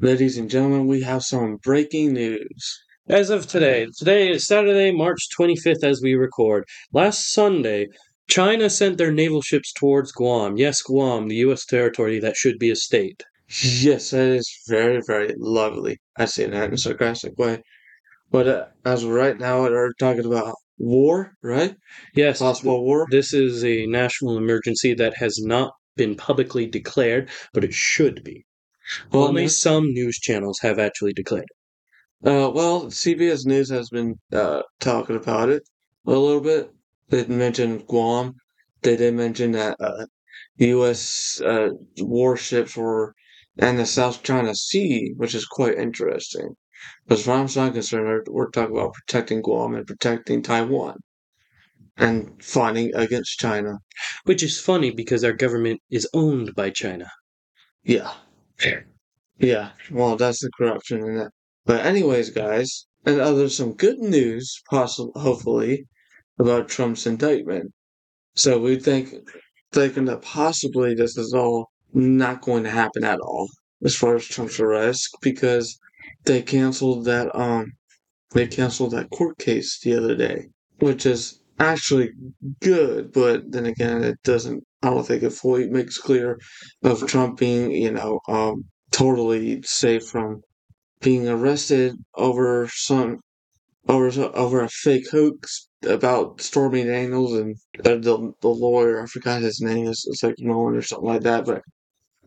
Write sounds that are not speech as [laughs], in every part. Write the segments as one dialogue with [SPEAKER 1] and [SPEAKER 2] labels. [SPEAKER 1] Ladies and gentlemen, we have some breaking news.
[SPEAKER 2] As of today, today is Saturday, March 25th, as we record. Last Sunday, China sent their naval ships towards Guam. Yes, Guam, the U.S. territory that should be a state.
[SPEAKER 1] Yes, that is very, very lovely. I say that in a sarcastic way. But uh, as of right now, we're talking about war, right?
[SPEAKER 2] Yes,
[SPEAKER 1] Possible war.
[SPEAKER 2] this is a national emergency that has not been publicly declared, but it should be.
[SPEAKER 1] Well,
[SPEAKER 2] Only
[SPEAKER 1] no-
[SPEAKER 2] some news channels have actually declared.
[SPEAKER 1] Uh, well, CBS News has been uh, talking about it a little bit. They mentioned Guam. They did mention that uh, U.S. Uh, warships were in the South China Sea, which is quite interesting. But as far as I'm concerned, we're, we're talking about protecting Guam and protecting Taiwan and fighting against China.
[SPEAKER 2] it, Which is funny because our government is owned by China.
[SPEAKER 1] Yeah. Yeah. Well, that's the corruption in it. But anyways, guys, and others some good news, possible hopefully, about Trump's indictment. So we think thinking that possibly this is all not going to happen at all as far as Trump's arrest because they canceled that um they canceled that court case the other day, which is actually good, but then again it doesn't I don't think it fully makes clear of Trump being, you know, um, totally safe from being arrested over some over over a fake hoax about Stormy Daniels and uh, the the lawyer. I forgot his name. It's, it's like Nolan or something like that. But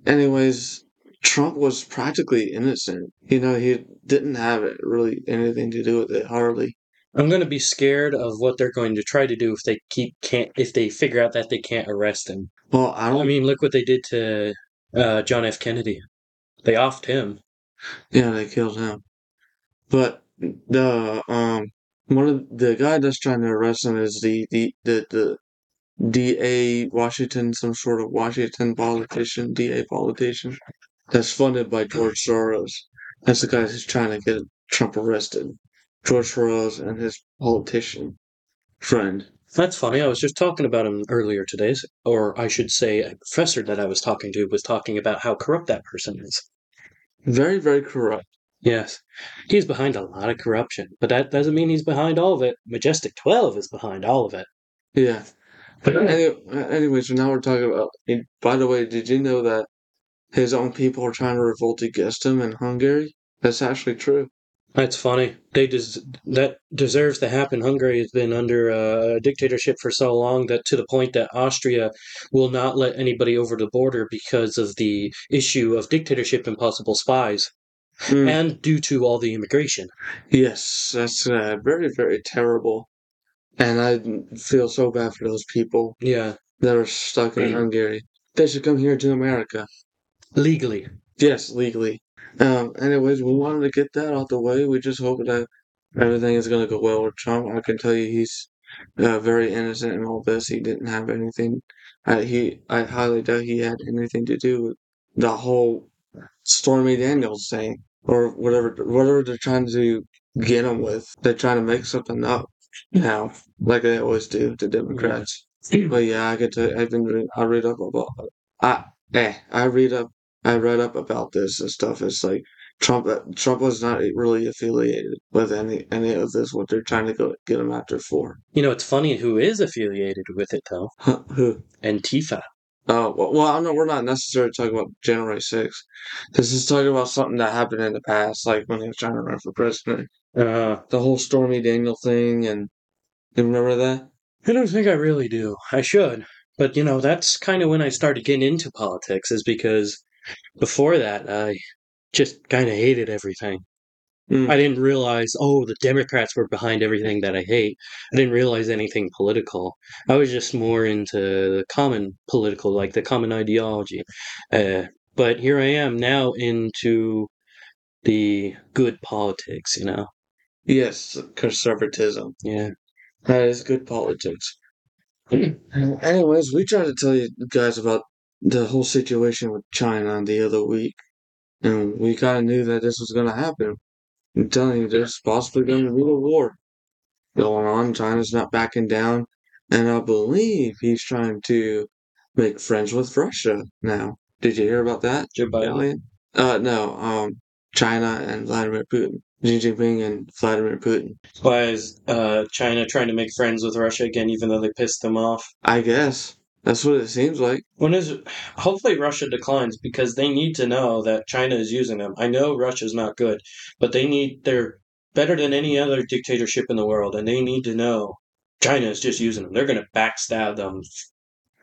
[SPEAKER 1] anyways, Trump was practically innocent. You know, he didn't have really anything to do with it hardly.
[SPEAKER 2] I'm going to be scared of what they're going to try to do if they keep can't if they figure out that they can't arrest him.
[SPEAKER 1] Well, I don't.
[SPEAKER 2] I mean, look what they did to uh, John F. Kennedy. They offed him.
[SPEAKER 1] Yeah, they killed him. But the um one of the guy that's trying to arrest him is the the the, the DA Washington, some sort of Washington politician, DA politician that's funded by George Soros. That's the guy who's trying to get Trump arrested. George Soros and his politician friend.
[SPEAKER 2] That's funny. I was just talking about him earlier today, or I should say, a professor that I was talking to was talking about how corrupt that person is.
[SPEAKER 1] Very, very corrupt.
[SPEAKER 2] Yes, he's behind a lot of corruption, but that doesn't mean he's behind all of it. Majestic 12 is behind all of it.
[SPEAKER 1] Yeah. But
[SPEAKER 2] Yeah.
[SPEAKER 1] any, anyway, so now we're talking about. and By the way, did you know that his own people are trying to revolt against him in Hungary? That's actually true.
[SPEAKER 2] That's funny. They des- that deserves to happen. Hungary has been under uh, a dictatorship for so long that to the point that Austria will not let anybody over the border because of the issue of dictatorship and possible spies,
[SPEAKER 1] Hmm.
[SPEAKER 2] and due to all the immigration.
[SPEAKER 1] Yes, that's uh, very, very terrible. And I feel so bad for those people
[SPEAKER 2] Yeah,
[SPEAKER 1] that are stuck in Hungary. They should come here to America.
[SPEAKER 2] legally.
[SPEAKER 1] Yes, legally. Um, anyways, we wanted to get that out the way. We just hope that everything is going to go well with Trump. I can tell you he's uh, very innocent in all this. He didn't have anything. I, he, I highly doubt he had anything to do with the whole Stormy Daniels thing or whatever, whatever they're trying to get him with. They're trying to make something up now, like they always do, the Democrats. But yeah, I get to. I've been. reading- I read up about. I eh. I read up. I read up about this and stuff. It's like Trump. uh, Trump was not really affiliated with any any of this. What they're trying to go get him after for. [laughs]
[SPEAKER 2] You know, it's funny who is affiliated with it though.
[SPEAKER 1] Huh, Who?
[SPEAKER 2] Antifa.
[SPEAKER 1] Uh, well, well, I know we're not necessarily talking about January 6th. This is talking about something that happened in the past, like when he was trying to run for president.
[SPEAKER 2] Uh,
[SPEAKER 1] The whole Stormy Daniel thing, and you remember that?
[SPEAKER 2] I don't think I really do. I should. But, you know, that's kind of when I started getting into politics, is because before that, I just kind of hated everything.
[SPEAKER 1] Mm.
[SPEAKER 2] I didn't realize, oh, the Democrats were behind everything that I hate. I didn't realize anything political. I was just more into the common political, like the common ideology. Uh, but here I am now into the good politics, you know?
[SPEAKER 1] Yes, conservatism.
[SPEAKER 2] Yeah.
[SPEAKER 1] That is good politics. Anyways, we tried to tell you guys about the whole situation with China the other week, and we kind of knew that this was going to happen. I'm telling you, there's possibly going to be a war going on. China's not backing down, and I believe he's trying to make friends with Russia now. Did you hear about that, Joe Biden? Uh, no. Um, China and Vladimir Putin, Xi Jinping and Vladimir Putin.
[SPEAKER 2] Why is uh, China trying to make friends with Russia again, even though they pissed them off?
[SPEAKER 1] I guess that's what it seems like.
[SPEAKER 2] When is hopefully Russia declines because they need to know that China is using them. I know Russia's not good, but they need they're better than any other dictatorship in the world, and they need to know China is just using them. They're going to backstab them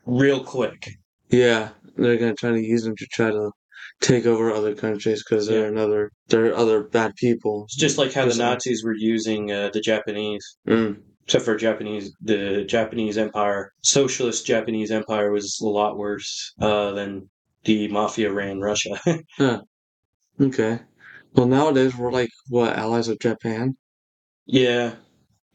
[SPEAKER 2] real quick.
[SPEAKER 1] Yeah, they're gonna try to use them to try to take over other countries because they're
[SPEAKER 2] Yeah.
[SPEAKER 1] another they're other bad people.
[SPEAKER 2] It's just like how the
[SPEAKER 1] Isn't it?
[SPEAKER 2] Nazis were using uh, the Japanese,
[SPEAKER 1] Mm.
[SPEAKER 2] except for Japanese, the Japanese Empire, socialist Japanese Empire was a lot worse uh, than the mafia ran Russia. [laughs]
[SPEAKER 1] Okay. Well, nowadays we're like what allies of Japan.
[SPEAKER 2] yeah,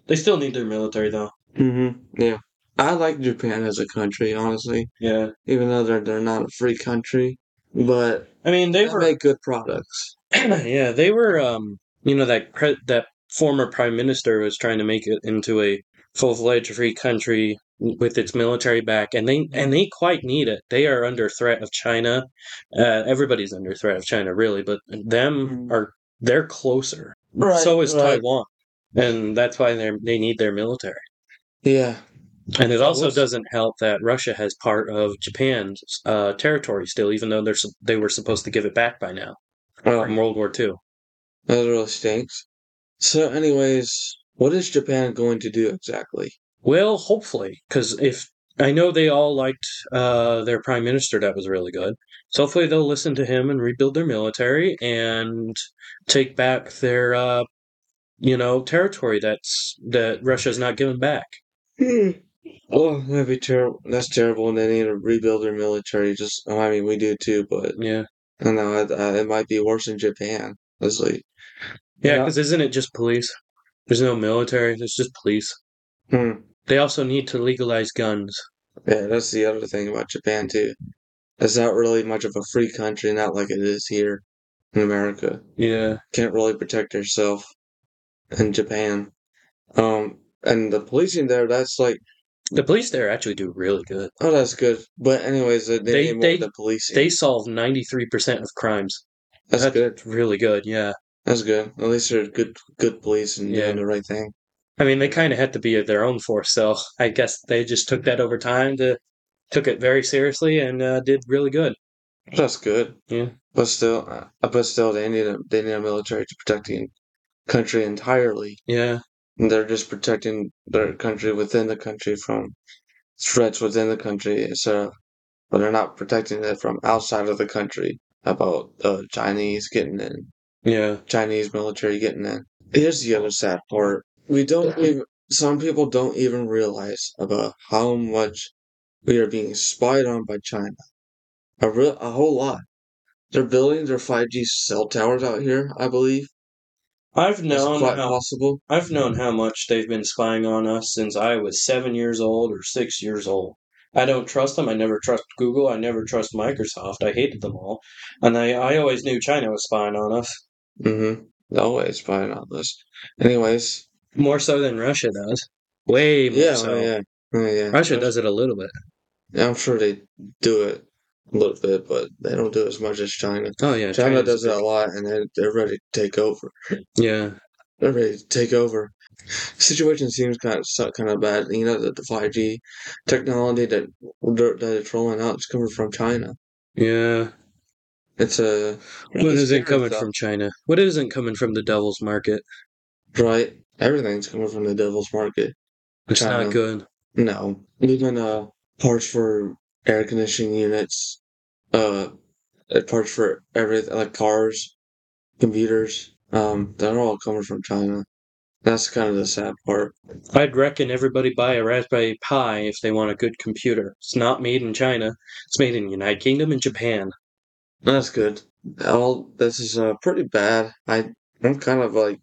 [SPEAKER 2] they still need their military though.
[SPEAKER 1] Mm-hmm. Yeah, I like Japan as a country, honestly.
[SPEAKER 2] Yeah,
[SPEAKER 1] Even though they're they're not a free country, but
[SPEAKER 2] I mean
[SPEAKER 1] they
[SPEAKER 2] they were
[SPEAKER 1] make good products.
[SPEAKER 2] [clears throat] yeah, they were. Um, you know that pre- that former prime minister was trying to make it into a full fledged free country with its military back, and they and they quite need it. They are under threat of China. Uh, everybody's under threat of China, really, but them
[SPEAKER 1] Mhm.
[SPEAKER 2] are they're closer.
[SPEAKER 1] Right,
[SPEAKER 2] so is
[SPEAKER 1] right.
[SPEAKER 2] Taiwan, and that's why they they need their military.
[SPEAKER 1] Yeah.
[SPEAKER 2] And it also
[SPEAKER 1] what's-
[SPEAKER 2] doesn't help that Russia has part of Japan's uh, territory still, even though they're sup- they were supposed to give it back by now from
[SPEAKER 1] Oh,
[SPEAKER 2] World War II.
[SPEAKER 1] that really stinks. So, anyways, what is Japan going to do exactly?
[SPEAKER 2] Well, hopefully, because if I know they all liked uh, their prime minister, that was really good. So hopefully they'll listen to him and rebuild their military and take back their, uh, you know, territory that's that Russia's not giving back.
[SPEAKER 1] Oh, that'd be terrible. That's terrible, and they need to rebuild their military. Just, oh, I mean, we do too, but
[SPEAKER 2] Yeah,
[SPEAKER 1] I don't know. It, uh, it might be worse in Japan. It's like,
[SPEAKER 2] yeah,
[SPEAKER 1] Yeah.
[SPEAKER 2] because isn't it just police? There's no military. There's just police.
[SPEAKER 1] hmm.
[SPEAKER 2] They also need to legalize guns.
[SPEAKER 1] Yeah, that's the other thing about Japan too. It's not really much of a free country, not like it is here in America.
[SPEAKER 2] Yeah,
[SPEAKER 1] Can't really protect yourself in Japan. Um, and the policing there, that's like,
[SPEAKER 2] the police there actually do really good.
[SPEAKER 1] oh, that's good. But anyways, they, they
[SPEAKER 2] They-
[SPEAKER 1] need more
[SPEAKER 2] they-
[SPEAKER 1] of the policing.
[SPEAKER 2] They solve ninety three percent of crimes.
[SPEAKER 1] that's, good.
[SPEAKER 2] Really good. Yeah.
[SPEAKER 1] That's good. At least they're good, good police and
[SPEAKER 2] Yeah.
[SPEAKER 1] doing the right thing.
[SPEAKER 2] I mean, they kind of had to be their own force, so I guess they just took that over time to took it very seriously and uh, did really good.
[SPEAKER 1] That's good.
[SPEAKER 2] Yeah.
[SPEAKER 1] But still, uh, but still, they need a they need a military to protect the country entirely.
[SPEAKER 2] Yeah,
[SPEAKER 1] they're just protecting their country within the country from threats within the country. So, but they're not protecting it from outside of the country about uh, Chinese getting in,
[SPEAKER 2] yeah,
[SPEAKER 1] Chinese military getting in. Here's the other sad part: we don't even. Some people don't even realize about how much we are being spied on by China. A real, a whole lot. They're building their 5G cell towers out here, I believe.
[SPEAKER 2] I've
[SPEAKER 1] It's
[SPEAKER 2] known
[SPEAKER 1] quite
[SPEAKER 2] how,
[SPEAKER 1] possible.
[SPEAKER 2] I've known how much they've been spying on us since I was seven years old or six years old. I don't trust them. I never trust Google. I never trust Microsoft. I hated them all, and I, I always knew China was spying on us
[SPEAKER 1] Mm-hmm. Always spying on this. Anyways,
[SPEAKER 2] more so than Russia does. Way more
[SPEAKER 1] Yeah, oh,
[SPEAKER 2] so.
[SPEAKER 1] yeah, yeah, yeah.
[SPEAKER 2] Russia
[SPEAKER 1] I'm-
[SPEAKER 2] does it a little bit.
[SPEAKER 1] I'm sure they do it a little bit, but they don't do it as much as China.
[SPEAKER 2] Oh yeah,
[SPEAKER 1] China
[SPEAKER 2] China's
[SPEAKER 1] does it
[SPEAKER 2] big.
[SPEAKER 1] a lot, and they they're ready to take over.
[SPEAKER 2] Yeah,
[SPEAKER 1] They're ready to take over. Situation seems kind of suck, kind of bad. You know that the 5G technology that that it's rolling out is coming from China.
[SPEAKER 2] yeah.
[SPEAKER 1] It's a
[SPEAKER 2] What isn't
[SPEAKER 1] scary
[SPEAKER 2] coming
[SPEAKER 1] stuff,
[SPEAKER 2] from China? What isn't coming from the devil's market?
[SPEAKER 1] right? Everything's coming from the devil's market.
[SPEAKER 2] It's
[SPEAKER 1] China.
[SPEAKER 2] not good.
[SPEAKER 1] No, even uh parts for air conditioning units, uh, uh, parts for everything like cars, computers, um, they're all coming from China. That's kind of the sad part.
[SPEAKER 2] I'd reckon everybody buy a Raspberry Pi if they want a good computer. It's not made in China. It's made in United Kingdom and Japan.
[SPEAKER 1] That's good. All this is uh, pretty bad. I I'm kind of like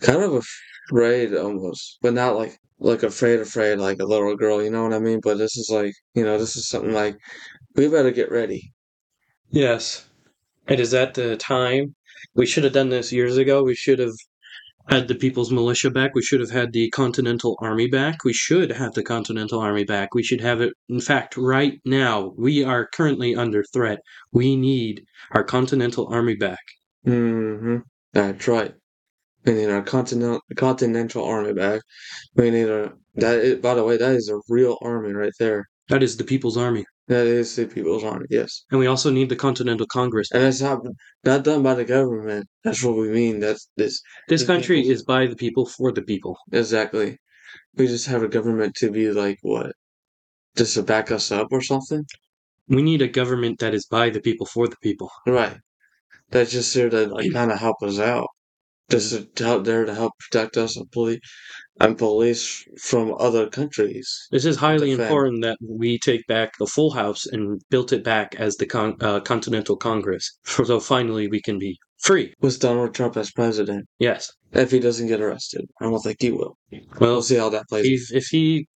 [SPEAKER 1] kind of afraid almost, but not like like afraid afraid like a little girl. You know what I mean? But this is like you know this is something like we better get ready.
[SPEAKER 2] Yes. It is at the time. We should have done this years ago. We should have had the People's Militia back. We should have had the Continental Army back. We should have the Continental Army back. We should have it. In fact, right now, we are currently under threat. We need our Continental Army back.
[SPEAKER 1] Mm-hmm. That's right. We need our continental continental army back. We need our that. Is, by the way, that is a real army right there.
[SPEAKER 2] That is the People's Army.
[SPEAKER 1] That is the People's Army. Yes,
[SPEAKER 2] And we also need the Continental Congress.
[SPEAKER 1] and that's not not done by the government. That's what we mean. That's this
[SPEAKER 2] This
[SPEAKER 1] The
[SPEAKER 2] country
[SPEAKER 1] people's-
[SPEAKER 2] is by the people for the people.
[SPEAKER 1] exactly. We just have a government to be like what, just to back us up or something,
[SPEAKER 2] We need a government that is by the people for the people.
[SPEAKER 1] right? That's just there to like kind of help us out. Just to- to help there to help protect us and police and police from other countries.
[SPEAKER 2] This is highly
[SPEAKER 1] Defend.
[SPEAKER 2] important that we take back the full house and built it back as the con- uh, Continental Congress. [laughs] So finally we can be free.
[SPEAKER 1] With Donald Trump as president.
[SPEAKER 2] Yes.
[SPEAKER 1] if he doesn't get arrested. I don't think he will. We'll
[SPEAKER 2] Well,
[SPEAKER 1] see how that plays.
[SPEAKER 2] if, if he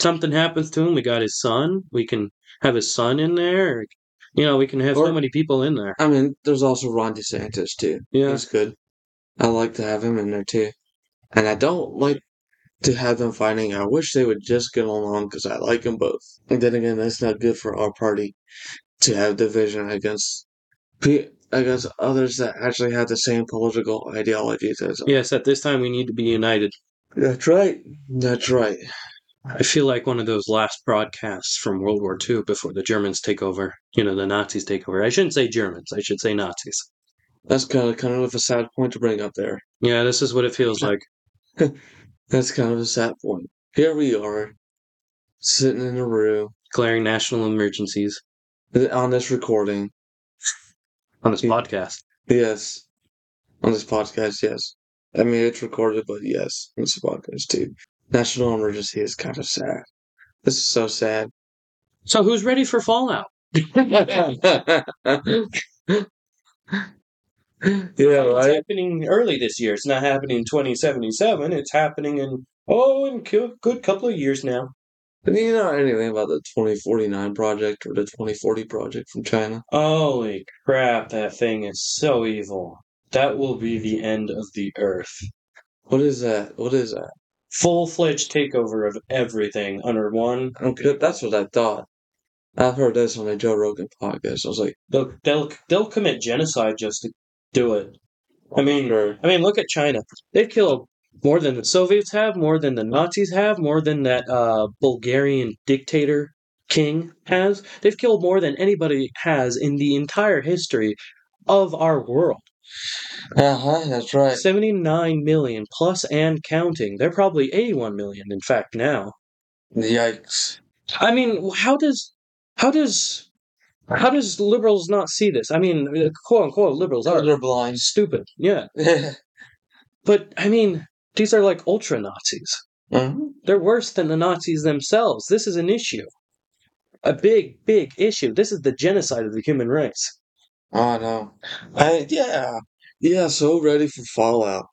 [SPEAKER 2] something happens to him, we got his son. We can have his son in there. You know, we can have
[SPEAKER 1] Or-
[SPEAKER 2] so many people in there.
[SPEAKER 1] I mean, there's also Ron DeSantis too.
[SPEAKER 2] Yeah.
[SPEAKER 1] He's good. I like to have him in there too, and I don't like to have them fighting. I wish they would just get along because I like them both. And then again, that's not good for our party to have division against pe- against others that actually have the same political ideologies as us.
[SPEAKER 2] Yes, at this time we need to be united.
[SPEAKER 1] That's right. That's right.
[SPEAKER 2] I feel like one of those last broadcasts from World War II before the Germans take over. You know, the Nazis take over. I shouldn't say Germans. I should say Nazis.
[SPEAKER 1] That's kind of kind of a sad point to bring up there.
[SPEAKER 2] Yeah, this is what it feels like.
[SPEAKER 1] That's kind of a sad point. Here we are, sitting in a room.
[SPEAKER 2] Declaring national emergencies
[SPEAKER 1] on this recording.
[SPEAKER 2] on this
[SPEAKER 1] Yeah.
[SPEAKER 2] podcast.
[SPEAKER 1] Yes. On this podcast, yes. I mean, it's recorded, but yes, on this podcast too. National emergency is kind of sad. This is so sad. [laughs]
[SPEAKER 2] So who's ready for Fallout?
[SPEAKER 1] yeah,
[SPEAKER 2] It's
[SPEAKER 1] right?
[SPEAKER 2] happening early this year. It's not happening in 2077. It's happening in, oh, in a good couple of years now.
[SPEAKER 1] Do you know anything about the 2049 project or the 2040 project from China?
[SPEAKER 2] Holy crap, that thing is so evil. That will be the end of the earth.
[SPEAKER 1] What is that? What is that?
[SPEAKER 2] Full fledged takeover of everything under one.
[SPEAKER 1] Okay, that's what I thought. I heard this on a Joe Rogan podcast. I was like,
[SPEAKER 2] They'll, they'll, they'll commit genocide just to do it. I mean,
[SPEAKER 1] sure.
[SPEAKER 2] I mean, look at China. They've killed more than the Soviets have, more than the Nazis have, more than that uh, Bulgarian dictator king has. They've killed more than anybody has in the entire history of our world.
[SPEAKER 1] Uh huh, that's right.
[SPEAKER 2] 79 million plus and counting. They're probably 81 million, in fact, now.
[SPEAKER 1] Yikes.
[SPEAKER 2] I mean, how does how does how does liberals not see this? I mean, uh, quote unquote liberals are
[SPEAKER 1] They're blind. [laughs]
[SPEAKER 2] stupid. Yeah,
[SPEAKER 1] Uh-huh.
[SPEAKER 2] but I mean, these are like ultra Nazis.
[SPEAKER 1] Mhm.
[SPEAKER 2] They're worse than the Nazis themselves. This is an issue. A big, big issue. This is the genocide of the human race.
[SPEAKER 1] Oh no. I yeah. Yeah, so ready for Fallout.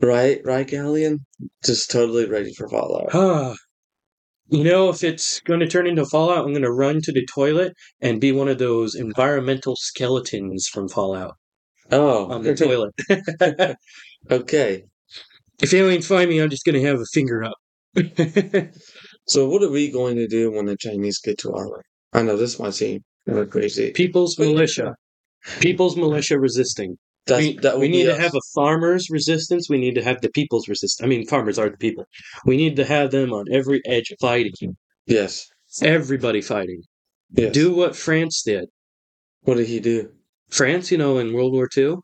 [SPEAKER 1] Right, right, Galleon? Just totally ready for Fallout.
[SPEAKER 2] Ah. you know, if it's going to turn into Fallout, I'm going to run to the toilet and be one of those environmental skeletons from Fallout
[SPEAKER 1] Oh,
[SPEAKER 2] on the toilet. if
[SPEAKER 1] okay.
[SPEAKER 2] you ain't find me, I'm just going to have a finger up. [laughs]
[SPEAKER 1] So what are we going to do when the Chinese get to our land? I know this might seem kind of crazy.
[SPEAKER 2] People's militia. People's militia resisting.
[SPEAKER 1] That's,
[SPEAKER 2] we,
[SPEAKER 1] that
[SPEAKER 2] we
[SPEAKER 1] would
[SPEAKER 2] need
[SPEAKER 1] be
[SPEAKER 2] to
[SPEAKER 1] us.
[SPEAKER 2] have a farmers resistance we need to have the people's resistance i mean farmers are the people we need to have them on every edge fighting
[SPEAKER 1] yes.
[SPEAKER 2] everybody fighting
[SPEAKER 1] Yes.
[SPEAKER 2] do what france did
[SPEAKER 1] what did he do?
[SPEAKER 2] france you know in world war ii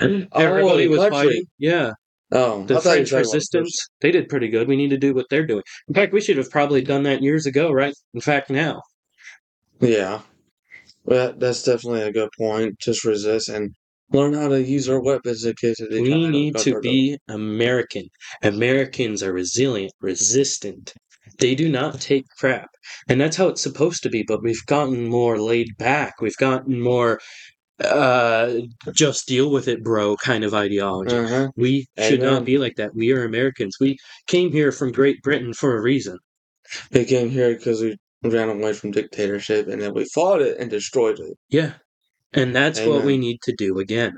[SPEAKER 2] everybody
[SPEAKER 1] the
[SPEAKER 2] was
[SPEAKER 1] Oh, country.
[SPEAKER 2] fighting yeah
[SPEAKER 1] Oh,
[SPEAKER 2] the
[SPEAKER 1] I thought you were talking about
[SPEAKER 2] french
[SPEAKER 1] the
[SPEAKER 2] resistance they did pretty good we need to do what they're doing in fact we should have probably done that years ago right in fact now
[SPEAKER 1] person. Yeah. Well, that's definitely a good point. Just resist and learn how to use our weapons in case they try
[SPEAKER 2] we need
[SPEAKER 1] cut
[SPEAKER 2] to
[SPEAKER 1] our
[SPEAKER 2] be american americans are resilient resistant they do not take crap and that's how it's supposed to be but we've gotten more laid back we've gotten more uh just deal with it bro kind of ideology
[SPEAKER 1] Uh-huh.
[SPEAKER 2] we should
[SPEAKER 1] Amen.
[SPEAKER 2] not be like that we are americans we came here from great britain for a reason
[SPEAKER 1] They came here because we ran away from dictatorship and then we fought it and destroyed it.
[SPEAKER 2] yeah and that's what we
[SPEAKER 1] Amen.
[SPEAKER 2] need to do again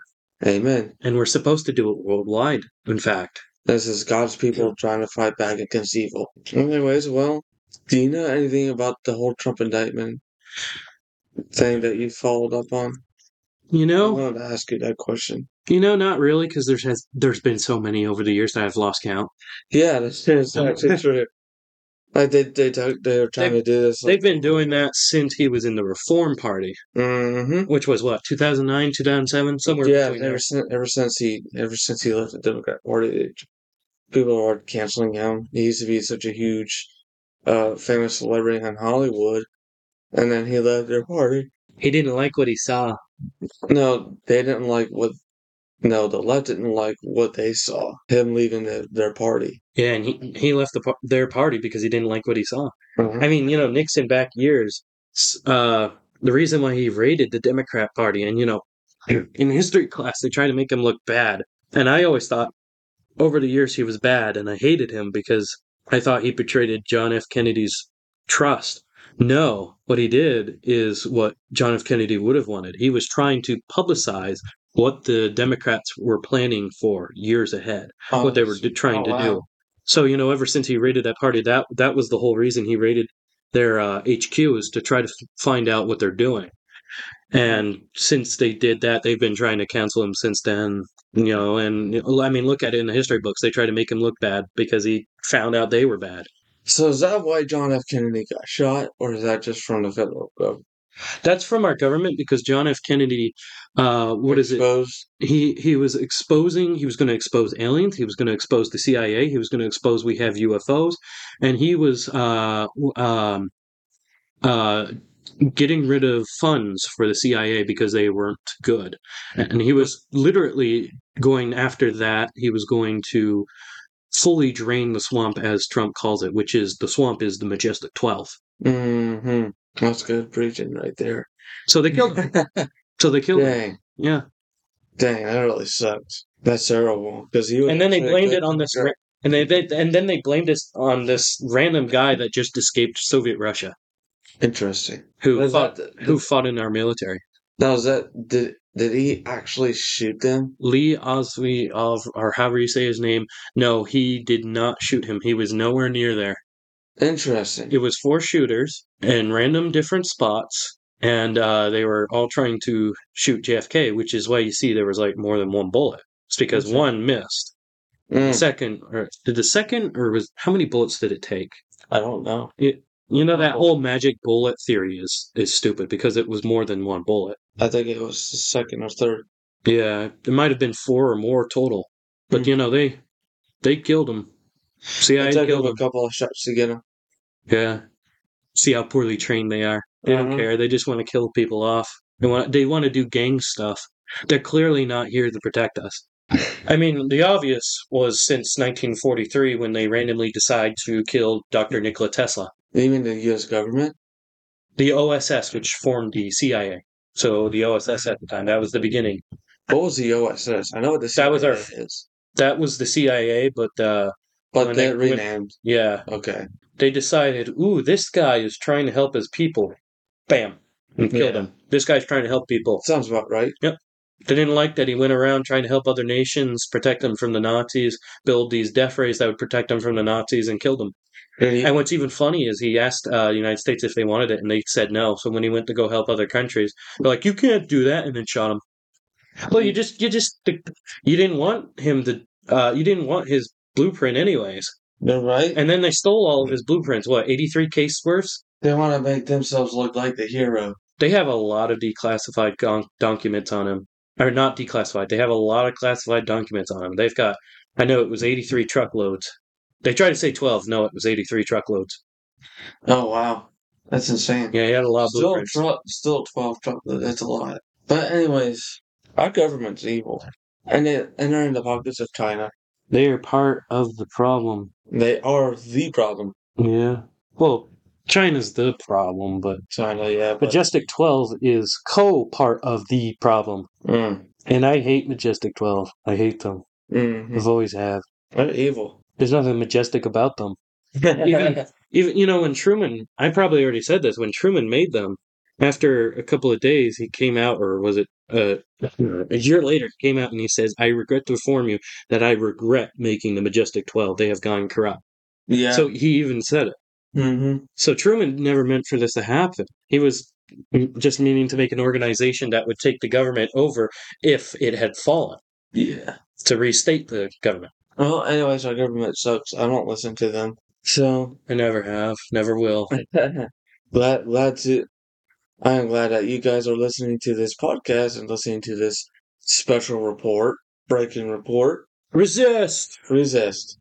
[SPEAKER 1] Amen.
[SPEAKER 2] and we're supposed to do it worldwide in fact
[SPEAKER 1] This is God's people trying to fight back against evil. Anyways, well, do you know anything about the whole Trump indictment thing that you followed up on?
[SPEAKER 2] you
[SPEAKER 1] I
[SPEAKER 2] know
[SPEAKER 1] wanted to ask you that question.
[SPEAKER 2] You know, not really, because there's has, there's been so many over the years that I've lost count.
[SPEAKER 1] Yeah, that's,
[SPEAKER 2] [laughs]
[SPEAKER 1] that's actually true. Like they they talk, they were trying to do this.
[SPEAKER 2] They've been doing that since he was in the Reform Party,
[SPEAKER 1] mm-hmm.
[SPEAKER 2] which was what 2009, 2007, somewhere
[SPEAKER 1] Yeah,
[SPEAKER 2] between there.
[SPEAKER 1] ever since ever since he ever since he left the Democrat Party, they- people are canceling him. He used to be such a huge, uh, famous celebrity in Hollywood, and then he left their party.
[SPEAKER 2] He didn't like what he saw.
[SPEAKER 1] No, they didn't like what. No, the left didn't like what they saw. Him leaving the, their party.
[SPEAKER 2] Yeah, and he he left the par- their party because he didn't like what he saw.
[SPEAKER 1] Mhm.
[SPEAKER 2] I mean, you know, Nixon back years. s- Uh, the reason why he raided the Democrat Party, and you know, [clears throat] in history class they tried to make him look bad, and I always thought over the years he was bad, and I hated him because I thought he betrayed John F. Kennedy's trust. No, what he did is what John F. Kennedy would have wanted. He was trying to publicize what the Democrats were planning for years ahead what they were d- trying
[SPEAKER 1] Oh,
[SPEAKER 2] to
[SPEAKER 1] wow.
[SPEAKER 2] do. So you know, ever since he raided that party, that that was the whole reason he raided their uh, HQ is to try to f- find out what they're doing. And since they did that, they've been trying to cancel him since then. You know, and you know, I mean, look at it in the history books. They try to make him look bad because he found out they were bad.
[SPEAKER 1] So is that why John F. Kennedy got shot, or is that just from the federal government?
[SPEAKER 2] That's from our government because John F. Kennedy, uh, what is it?
[SPEAKER 1] Exposed?
[SPEAKER 2] he he was exposing he was going to expose aliens he was going to expose the cia he was going to expose we have ufos and he was uh w- um uh getting rid of funds for the cia because they weren't good and he was literally going after that he was going to fully drain the swamp as trump calls it which is the swamp is the majestic 12
[SPEAKER 1] Mm-hmm. That's good preaching right there.
[SPEAKER 2] so
[SPEAKER 1] [laughs]
[SPEAKER 2] they killed him. so they killed him.
[SPEAKER 1] Dang,
[SPEAKER 2] yeah
[SPEAKER 1] dang, that really sucks. That's terrible. Because he was
[SPEAKER 2] and then they
[SPEAKER 1] actually a
[SPEAKER 2] blamed
[SPEAKER 1] good-
[SPEAKER 2] it on this ra- and they, they and then they blamed it on this random guy that just escaped Soviet Russia
[SPEAKER 1] Interesting.
[SPEAKER 2] who
[SPEAKER 1] Was
[SPEAKER 2] fought,
[SPEAKER 1] that-
[SPEAKER 2] who fought in our military.
[SPEAKER 1] Now is that did did he actually shoot them?
[SPEAKER 2] Lee Osby of or however you say his name. No, he did not shoot him. He was nowhere near there.
[SPEAKER 1] Interesting.
[SPEAKER 2] It was four shooters in random different spots. And uh, they were all trying to shoot JFK, which is why you see there was like more than one bullet. It's because
[SPEAKER 1] Okay.
[SPEAKER 2] one missed.
[SPEAKER 1] Mm,
[SPEAKER 2] Second, or did the second, or was how many bullets did it take?
[SPEAKER 1] I don't know.
[SPEAKER 2] You know that whole magic bullet theory is is stupid because it was more than one bullet.
[SPEAKER 1] I think it was the second or third.
[SPEAKER 2] Yeah, it might have been four or more total, but
[SPEAKER 1] Mhm.
[SPEAKER 2] you know they they killed him.
[SPEAKER 1] I
[SPEAKER 2] CIA
[SPEAKER 1] took him
[SPEAKER 2] killed
[SPEAKER 1] a
[SPEAKER 2] him.
[SPEAKER 1] couple of shots to get him.
[SPEAKER 2] Yeah, see how poorly trained they are. They
[SPEAKER 1] Mhm.
[SPEAKER 2] don't care. They just want to kill people off. They want they want to do gang stuff. They're clearly not here to protect us. I mean, the obvious was since 1943 when they randomly decide to kill Dr. Nikola Tesla.
[SPEAKER 1] You mean the U.S. government?
[SPEAKER 2] the OSS, which formed the CIA. So the OSS at the time, that was the beginning.
[SPEAKER 1] What was the OSS? I know what the
[SPEAKER 2] That was our-
[SPEAKER 1] CIA is,
[SPEAKER 2] That was the CIA, but uh,
[SPEAKER 1] but
[SPEAKER 2] when
[SPEAKER 1] they
[SPEAKER 2] they- when-
[SPEAKER 1] renamed.
[SPEAKER 2] yeah,
[SPEAKER 1] Okay.
[SPEAKER 2] they decided, ooh, this guy is trying to help his people. Bam, and killed
[SPEAKER 1] Yeah.
[SPEAKER 2] him. This guy's trying to help people.
[SPEAKER 1] Sounds about right.
[SPEAKER 2] They didn't like that he went around trying to help other nations, protect them from the Nazis, build these death rays that would protect them from the Nazis, and killed them.
[SPEAKER 1] And he-
[SPEAKER 2] And what's even funny is he asked uh, the United States if they wanted it, and they said no. So when he went to go help other countries, they're like, "You can't do that," and then shot him. Well, you just you just you didn't want him to uh, you didn't want his blueprint anyways,
[SPEAKER 1] They're right.
[SPEAKER 2] and then they stole all of his blueprints. What eighty three case worths?
[SPEAKER 1] They want to make themselves look like the hero.
[SPEAKER 2] They have a lot of declassified gon- documents on him, or not declassified. They have a lot of classified documents on him. They've got I know it was eighty three truckloads. They tried to say twelve. No, it was eighty three truckloads.
[SPEAKER 1] Oh wow, that's insane.
[SPEAKER 2] Yeah, he had a lot of
[SPEAKER 1] Still,
[SPEAKER 2] blueprints.
[SPEAKER 1] tru- still twelve chocolate. That's a lot. But anyways, our government's evil, and they and they're in the pockets of China.
[SPEAKER 2] They are part of the problem.
[SPEAKER 1] They are the problem.
[SPEAKER 2] Yeah. Well, China's the problem, but
[SPEAKER 1] China, yeah, but
[SPEAKER 2] Majestic 12 is co part of the problem.
[SPEAKER 1] mm,
[SPEAKER 2] And I hate Majestic 12. I hate them.
[SPEAKER 1] mhm.
[SPEAKER 2] I've always have.
[SPEAKER 1] they're evil.
[SPEAKER 2] There's nothing majestic about them. Even- Even, you know, when Truman, I probably already said this, when Truman made them, after a couple of days, he came out, or was it uh, a year later, he came out and he says, I regret to inform you that I regret making the Majestic 12. They have gone corrupt.
[SPEAKER 1] [laughs] yeah.
[SPEAKER 2] So he even said it.
[SPEAKER 1] hmm
[SPEAKER 2] So Truman never meant for this to happen. He was just meaning to make an organization that would take the government over if it had fallen.
[SPEAKER 1] Yeah.
[SPEAKER 2] to restate the government.
[SPEAKER 1] Well, anyways, our government sucks. I don't listen to
[SPEAKER 2] [laughs]
[SPEAKER 1] them. So
[SPEAKER 2] I never have, never will.
[SPEAKER 1] glad, glad to. I am glad that you guys are listening to this podcast and listening to this special report, breaking report.
[SPEAKER 2] Resist!
[SPEAKER 1] Resist.